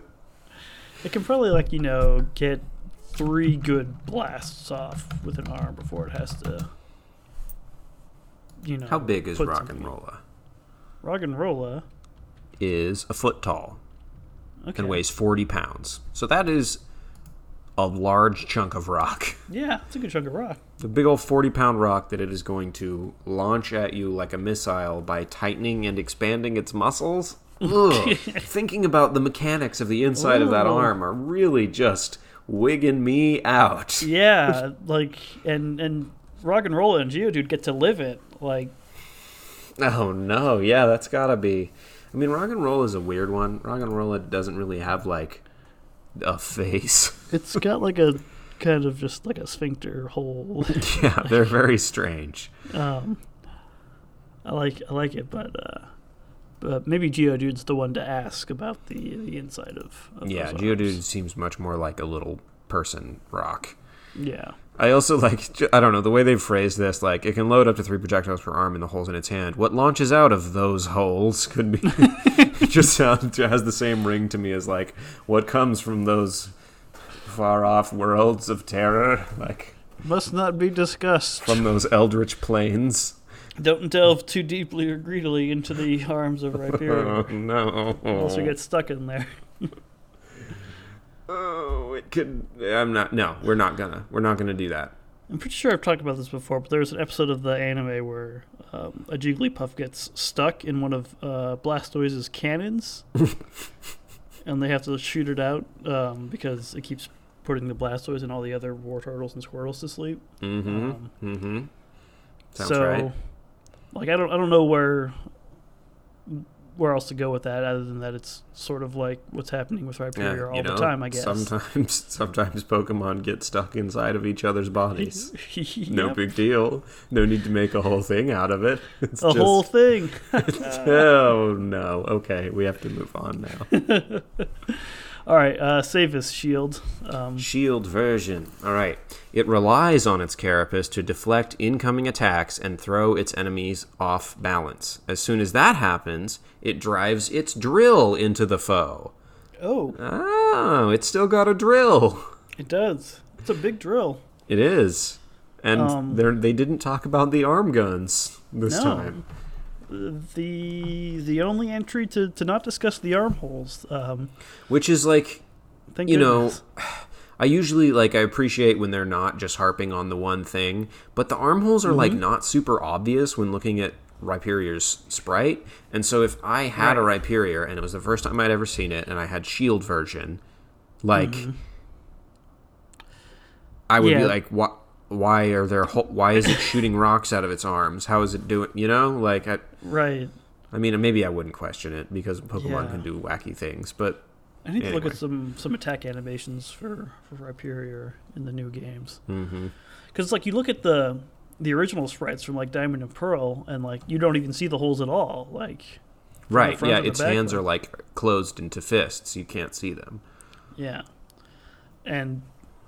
It can probably like you know get three good blasts off with an arm before it has to. You know How big is put rock some- and rolla? Rock and uh, rolla. Is a foot tall. Okay. and weighs 40 pounds. So that is a large chunk of rock. Yeah, it's a good chunk of rock. The big old 40 pound rock that it is going to launch at you like a missile by tightening and expanding its muscles. Ugh. Thinking about the mechanics of the inside of that Ooh. arm are really just wigging me out. Yeah, like and and rock and roll and Geodude get to live it. Like Oh no, yeah, that's gotta be. I mean, rock and roll is a weird one. Rock and roll doesn't really have like a face. it's got like a kind of just like a sphincter hole. yeah, they're very strange. um, I like I like it, but uh, but maybe Geodude's the one to ask about the the inside of. of Yeah, those Geodude arms. seems much more like a little person rock. Yeah, I also like, ju- I don't know, the way they've phrased this, like, it can load up to three projectiles per arm in the holes in its hand. What launches out of those holes could be. it just sounds, it has the same ring to me as, like, what comes from those far off worlds of terror, like, must not be discussed. from those eldritch plains. Don't delve too deeply or greedily into the arms of Rhyperior, Oh, no. unless you get stuck in there. Oh, it could. I'm not. No, we're not gonna. We're not gonna do that. I'm pretty sure I've talked about this before, but there's an episode of the anime where um, a Jigglypuff gets stuck in one of uh, Blastoise's cannons, and they have to shoot it out um, because it keeps putting the Blastoise and all the other War Turtles and Squirtles to sleep. Mm hmm. Um, Mm hmm. Sounds so, right. like, I don't, I don't know where where else to go with that other than that it's sort of like what's happening with Rhyperior all you the know, time, I guess. Sometimes, sometimes Pokemon get stuck inside of each other's bodies. No Yep. big deal. No need to make a whole thing out of it. It's a whole thing. oh no. Okay, we have to move on now. All right, uh, Savis Shield. Um, Shield version. All right. It relies on its carapace to deflect incoming attacks and throw its enemies off balance. As soon as that happens, it drives its drill into the foe. oh, Oh, it's still got a drill. it does. It's a big drill. It is. And Um, they're- they didn't talk about the arm guns this No. time. The the only entry to, to not discuss the armholes. Um, Which is like thank you know, goodness. I usually like I appreciate when they're not just harping on the one thing, but the armholes are like Mm-hmm. not super obvious when looking at Rhyperior's sprite. And so if I had a Rhyperior and it was the first time I'd ever seen it and I had shield version, like I would be Mm-hmm. Yeah. like what why are there ho- why is it shooting rocks out of its arms? How is it doing, you know? Like I right. I mean, maybe I wouldn't question it because Pokemon Yeah. can do wacky things, but I need to look Anyway. at some some attack animations for for Rhyperior in the new games. Because like you look at the the original sprites from like Diamond and Pearl, and like you don't even see the holes at all. Like the right, front yeah, to the its back hands one. are like closed into fists. You can't see them. yeah, and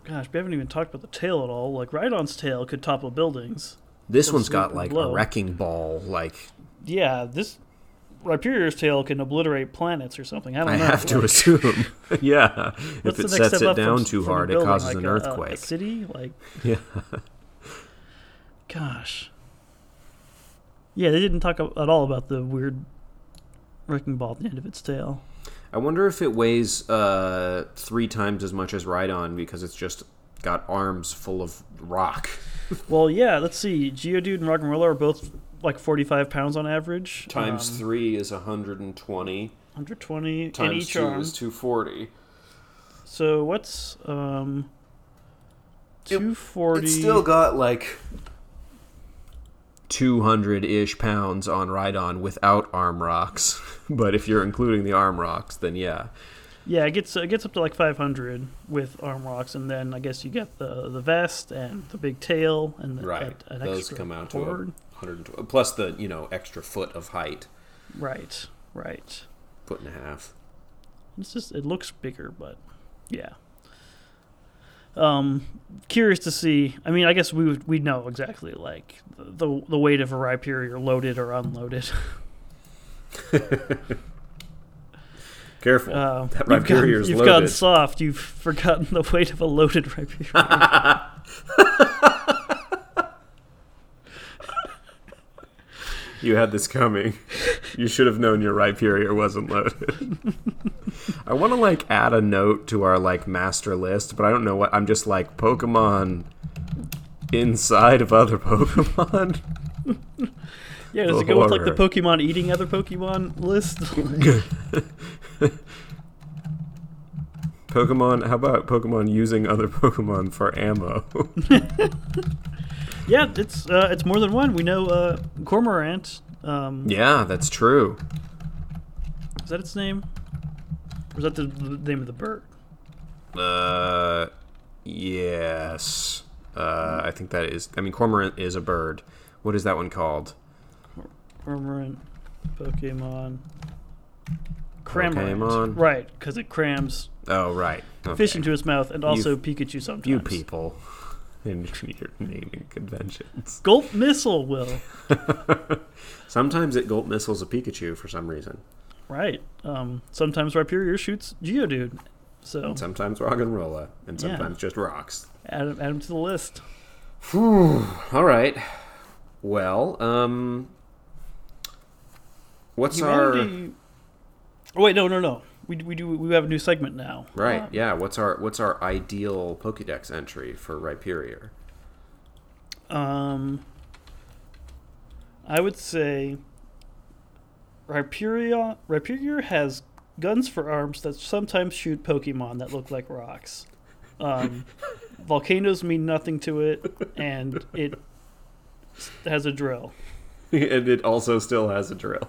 gosh, we haven't even talked about the tail at all. Like Rhydon's tail could topple buildings. This Or one's got sweeping like blow. a wrecking ball. Like Yeah, this Rhyperior's tail can obliterate planets or something. I don't I know. have to Like, assume, yeah. what's If the next it sets step it up from- down too from a hard, it building? causes Like an a- a- A earthquake. city, like yeah, Gosh. Yeah, they didn't talk a- at all about the weird wrecking ball at the end of its tail. I wonder if it weighs uh, three times as much as Rhydon because it's just got arms full of rock. Well, yeah, let's see. Geodude and Rock'n'Rolla are both like 45 pounds on average. Times um, three is 120. 120 in Times each two arm. is 240. So what's um, It- 240? It's still got like 200 ish pounds on Rhydon without arm rocks. But if you're including the arm rocks, then yeah. yeah, it gets it gets up to like 500 with arm rocks, and then I guess you get the the vest and the big tail and the, Right. an Those extra come out to horn. 120. Plus the, you know, extra foot of height, Right, right. foot and a half. It's just it looks bigger, but yeah. Um, curious to see. I mean, I guess we would, we know exactly like the the weight of a Rhyperior loaded or unloaded. Careful. Uh, that you've gotten, Rhyperior's you've loaded. gotten soft. You've forgotten the weight of a loaded Rhyperior. You had this coming. You should have known your Rhyperior wasn't loaded. I want to like add a note to our like master list, but I don't know what. I'm just like Pokemon inside of other Pokemon. yeah, does it go with like the Lord. Pokemon eating other Pokemon list? Pokemon, how about Pokemon using other Pokemon for ammo? yeah, it's uh, it's more than one. We know uh, Cormorant. Um, yeah, that's true. Is that its name? Or is that the, the name of the bird? Uh, yes. Uh, I think that is. I mean, Cormorant is a bird. What is that one called? Cormorant, Pokemon, Cramorant. Pokemon. Right, because it crams Oh, right. Okay. fish into its mouth and also You- Pikachu sometimes. You people and your naming conventions. Gulp Missile will. Sometimes it gulp missiles a Pikachu for some reason. Right. Um, sometimes Rhyperior shoots Geodude. So Sometimes rock and rolla, and Yeah. sometimes just rocks. add him, add him to the list. All right. Well, um, what's Humanity. Oh, wait, no, no, no. We, do- we do we have a new segment now. our right? Uh, yeah. What's our what's our ideal Pokédex entry for Rhyperior? Um, I would say Rhyperior, Rhyperior has guns for arms that sometimes shoot Pokemon that look like rocks. Um, volcanoes mean nothing to it, and it s- has a drill. and it also still has a drill.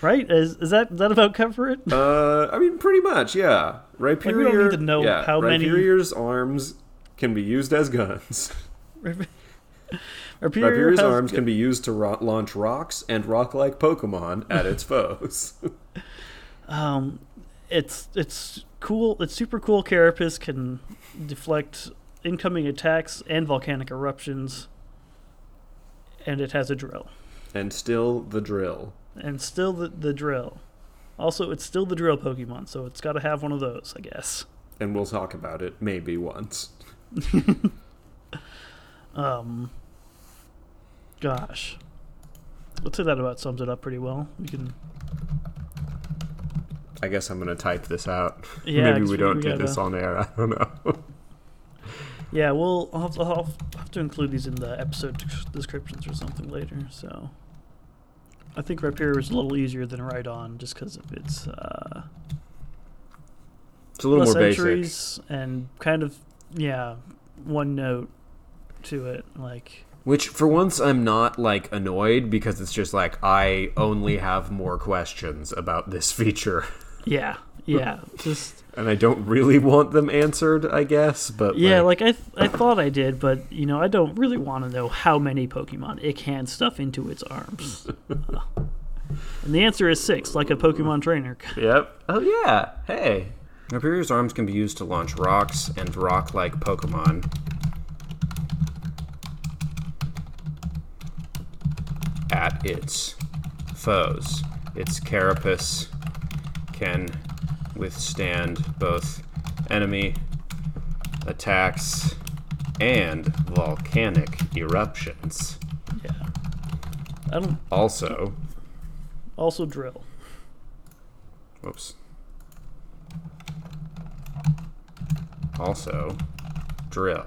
Right? Is, is that does that about cover it? Uh, I mean, pretty much, yeah. Rhyperior. we don't need to know yeah, how many- Rhyperior's arms can be used as guns. Rhyperior, Rhyperior's has arms can be used to ro- launch rocks and rock-like Pokemon at its foes. Um, it's it's cool. It's super cool. Carapace can deflect incoming attacks and volcanic eruptions, and it has a drill. And still the drill. And still the, the drill. Also, it's still the drill Pokemon, so it's got to have one of those, I guess. And we'll talk about it maybe once. Um, gosh, let's say that about sums it up pretty well. We can, I guess I'm going to type this out. Yeah, maybe 'cause we- we don't we do gotta- this on air. I don't know. yeah, we'll I'll have, I'll have to include these in the episode des- descriptions or something later. So, I think Rhyperior is a little easier than Rhydon just because of its uh, It's a little less more basic. entries and kind of yeah, one note to it. Like, Which, for once, I'm not like annoyed because it's just like I only have more questions about this feature, yeah, yeah, just and I don't really want them answered. I guess, but Yeah, like I, th- I thought I did, but you know, I don't really want to know how many Pokemon it can stuff into its arms. Uh, and the answer is six, like a Pokemon trainer. Yep. Oh yeah. Hey. Imperior's arms can be used to launch rocks and rock-like Pokemon. At its foes, its carapace can withstand both enemy attacks and volcanic eruptions. Yeah. I don't. Also, Also, drill. Whoops. Also, drill.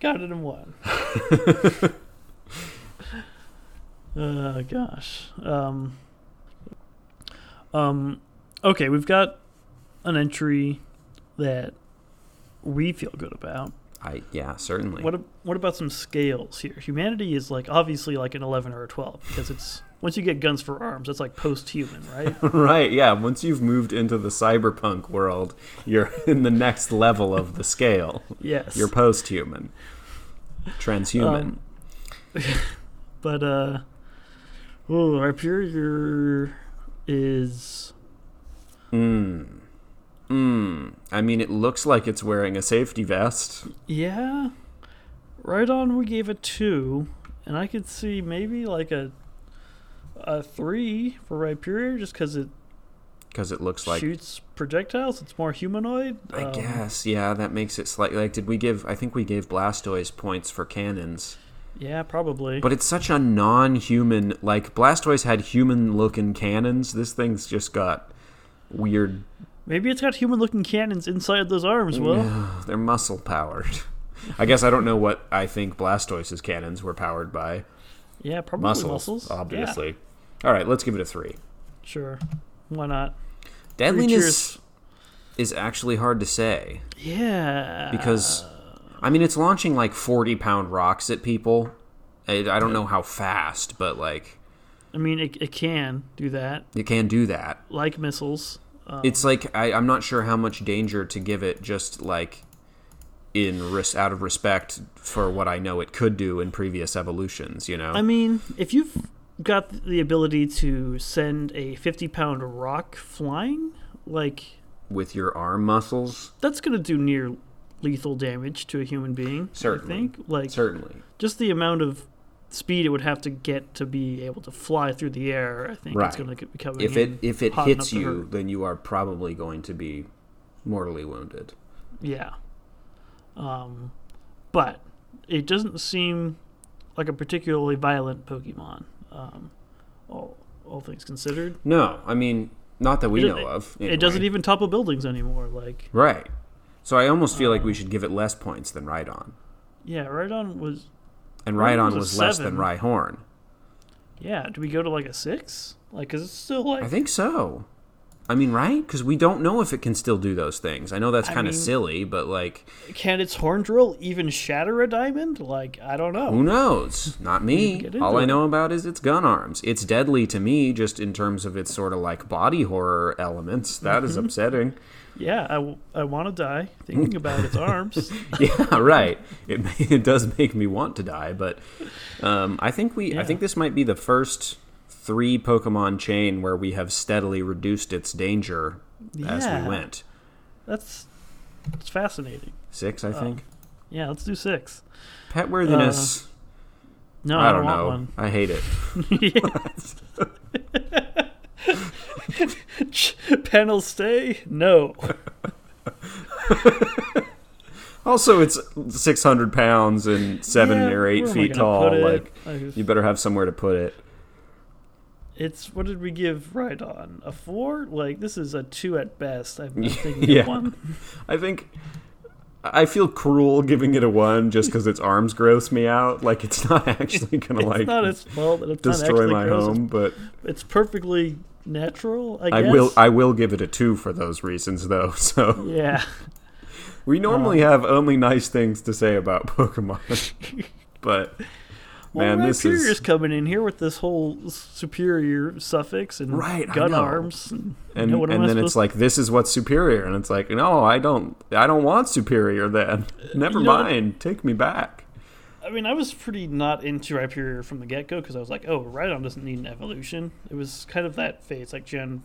Got it in one. uh, gosh. Um, um, okay, we've got an entry that we feel good about. I yeah, certainly. What ab- what about some scales here? Humanity is like obviously like an eleven or a twelve because it's once you get guns for arms, that's like post-human, right? right, yeah. Once you've moved into the cyberpunk world, you're in the next level of the scale. yes. You're post-human, transhuman. Um, but uh, ooh, Rhyperior is Mm. Mm. I mean, it looks like it's wearing a safety vest. yeah. Right on, we gave a two, and I could see maybe like a a three for Rhyperior just because it Because it looks like shoots projectiles. It's more humanoid. I um, guess, yeah, that makes it slightly like did we give I think we gave Blastoise points for cannons. Yeah, probably. But it's such a non-human like Blastoise had human-looking cannons. This thing's just got weird Maybe it's got human-looking cannons inside those arms. Well. they're muscle powered. I guess I don't know what I think Blastoise's cannons were powered by. Yeah, probably Muscles, muscles. Yeah, obviously. All right, let's give it a 3. sure. Why not? Deadliness is actually hard to say Yeah. because Uh. I mean it's launching like 40-pound rocks at people. I, I don't know how fast, but like I mean, it, it can do that, it can do that. like missiles. Uh, It's like I, I'm not sure how much danger to give it, just like in ris- out of respect for what I know it could do in previous evolutions. You know, I mean, if you've got the ability to send a 50 pound rock flying, like, with your arm muscles, that's going to do near lethal damage to a human being. Certainly. I think. Like, certainly. just the amount of speed it would have to get to be able to fly through the air, I think it's Right. going to be coming If in it if it hot enough hits to you, hurt. then you are probably going to be mortally wounded. Yeah. Um, but it doesn't seem like a particularly violent Pokemon, um, all, all things considered. No, I mean not that we It- know of. It doesn't anyway. even topple buildings anymore. Like, right. So I almost feel like Um, we should give it less points than Rhydon, yeah, Rhydon was. and Rhydon Rhydon was, was a less than seven. Rhyhorn. Yeah, do we go to like a six? Like, cause it's still like. I think so. I mean, right? Because we don't know if it can still do those things. I know that's I kind of mean- silly, but like, can its horn drill even shatter a diamond? Like, I don't know. who knows? Not me. get into All I it. know about is its gun arms. It's deadly to me, just in terms of its sort of like body horror elements. That is Mm-hmm. upsetting. Yeah, I, w- I want to die thinking about its arms. yeah, right. It ma- it does make me want to die, but um, I think we I Yeah. think this might be the first three Pokemon chain where we have steadily reduced its danger as Yeah. we went. That's it's fascinating. Six, Oh. I think. Yeah, let's do six. Pet Uh. worthiness. No, I don't want know. one. I hate it. Panel stay? No. Also, it's 600 pounds and seven Yeah, or eight where am I feet gonna put tall. it? Like, I- you better have somewhere to put it. it's what did we give Rhydon? A four? Like this is a two at best. I'm I'm thinking Yeah. of one. I think I feel cruel giving it a one just because its arms gross me out. Like it's not actually gonna It's like not its fault. and It's not destroy actually my gross. home, but It's perfectly natural. I, I guess. will I will give it a two for those reasons though. So yeah. we normally have only nice things to say about Pokemon, but Well, man, Rhyperior's this is coming in here with this whole s- superior suffix and Right, I gun know. arms. And, and no, what am and I then supposed it's like this is what's superior, and it's like no, I don't I don't want superior. Then never Uh, you know what? mind, take me back. I mean, I was pretty not into Rhyperior from the get go because I was like, oh, Rhydon doesn't need an evolution. It was kind of that phase, like Gen.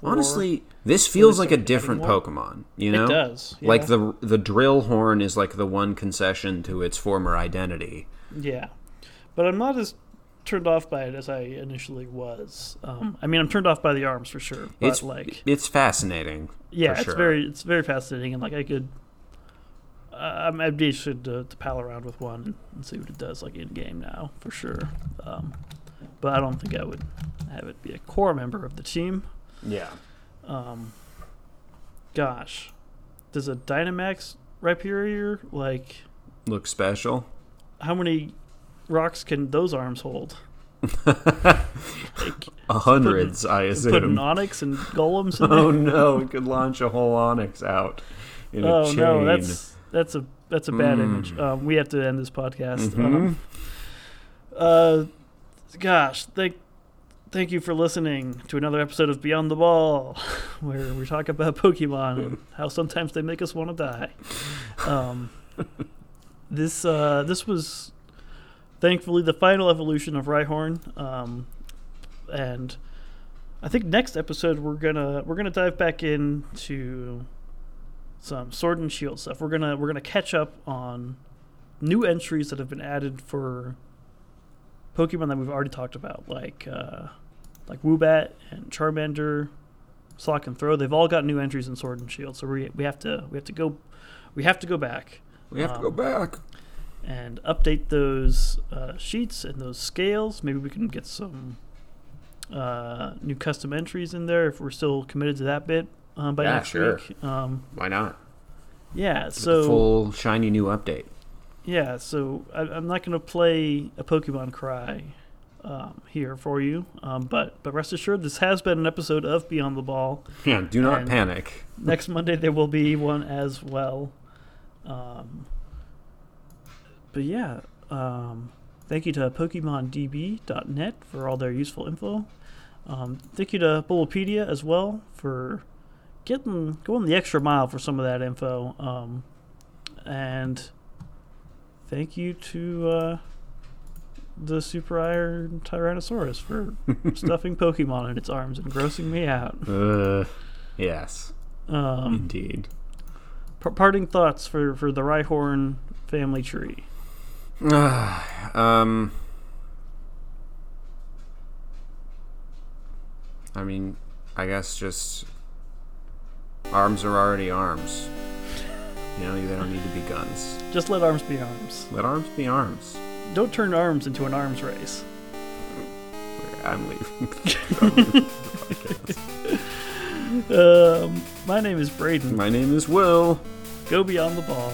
4. Honestly, this feels is like it? a different Anymore? Pokemon. You know, it does. Yeah. Like the the drill horn is like the one concession to its former identity. Yeah, but I'm not as turned off by it as I initially was. Um, I mean, I'm turned off by the arms for sure. But It's like, it's fascinating. yeah, for it's sure. very it's very fascinating, and like I could, uh, I'm I'd be interested to, to pal around with one and see what it does like in game now for sure. Um, but I don't think I would have it be a core member of the team. Yeah. Um, gosh, does a Dynamax Rhyperior like Looks special. how many rocks can those arms hold? like, A hundreds, I putting assume. onyx and golems in Oh there. no, it could launch a whole onyx out in a Oh chain. no, that's that's a that's a bad Mm. image. Um, we have to end this podcast. Mhm. Um, uh, gosh, thank thank you for listening to another episode of Beyond the Ball, where we talk about Pokemon and how sometimes they make us want to die. Um, this uh, this was thankfully the final evolution of Rhyhorn, um, and I think next episode we're gonna we're gonna dive back into some sword and shield stuff. We're gonna we're gonna catch up on new entries that have been added for Pokemon that we've already talked about, like uh, like Woobat and Charmander, Sock and Throw. They've all got new entries in Sword and Shield, so we, we have to we have to go we have to go back we have to go um, back. and update those uh, sheets and those scales. Maybe we can get some uh, new custom entries in there if we're still committed to that bit uh, by Yeah, next sure. week. Um, Why not? yeah, so Full shiny new update. Yeah, so I, I'm not going to play a Pokemon Cry um, here for you, um, but but rest assured, this has been an episode of Beyond the Ball. Yeah, do not And- panic. Next Monday there will be one as well. Um, but yeah, um, thank you to PokemonDB.net for all their useful info. Um, thank you to Bulbapedia as well for getting going the extra mile for some of that info. Um, and thank you to uh, the Super Iron Tyrannosaurus for stuffing Pokemon in its arms and grossing me out. Uh, yes, Mm-hmm. Um, indeed. P- parting thoughts for for the Rhyhorn family tree. um, I mean, I guess just arms are already arms. You know, they don't need to be guns. Just let arms be arms. Let arms be arms. Don't turn arms into an arms race. I'm leaving. Um, my name is Braden. My name is Will. Go beyond the ball.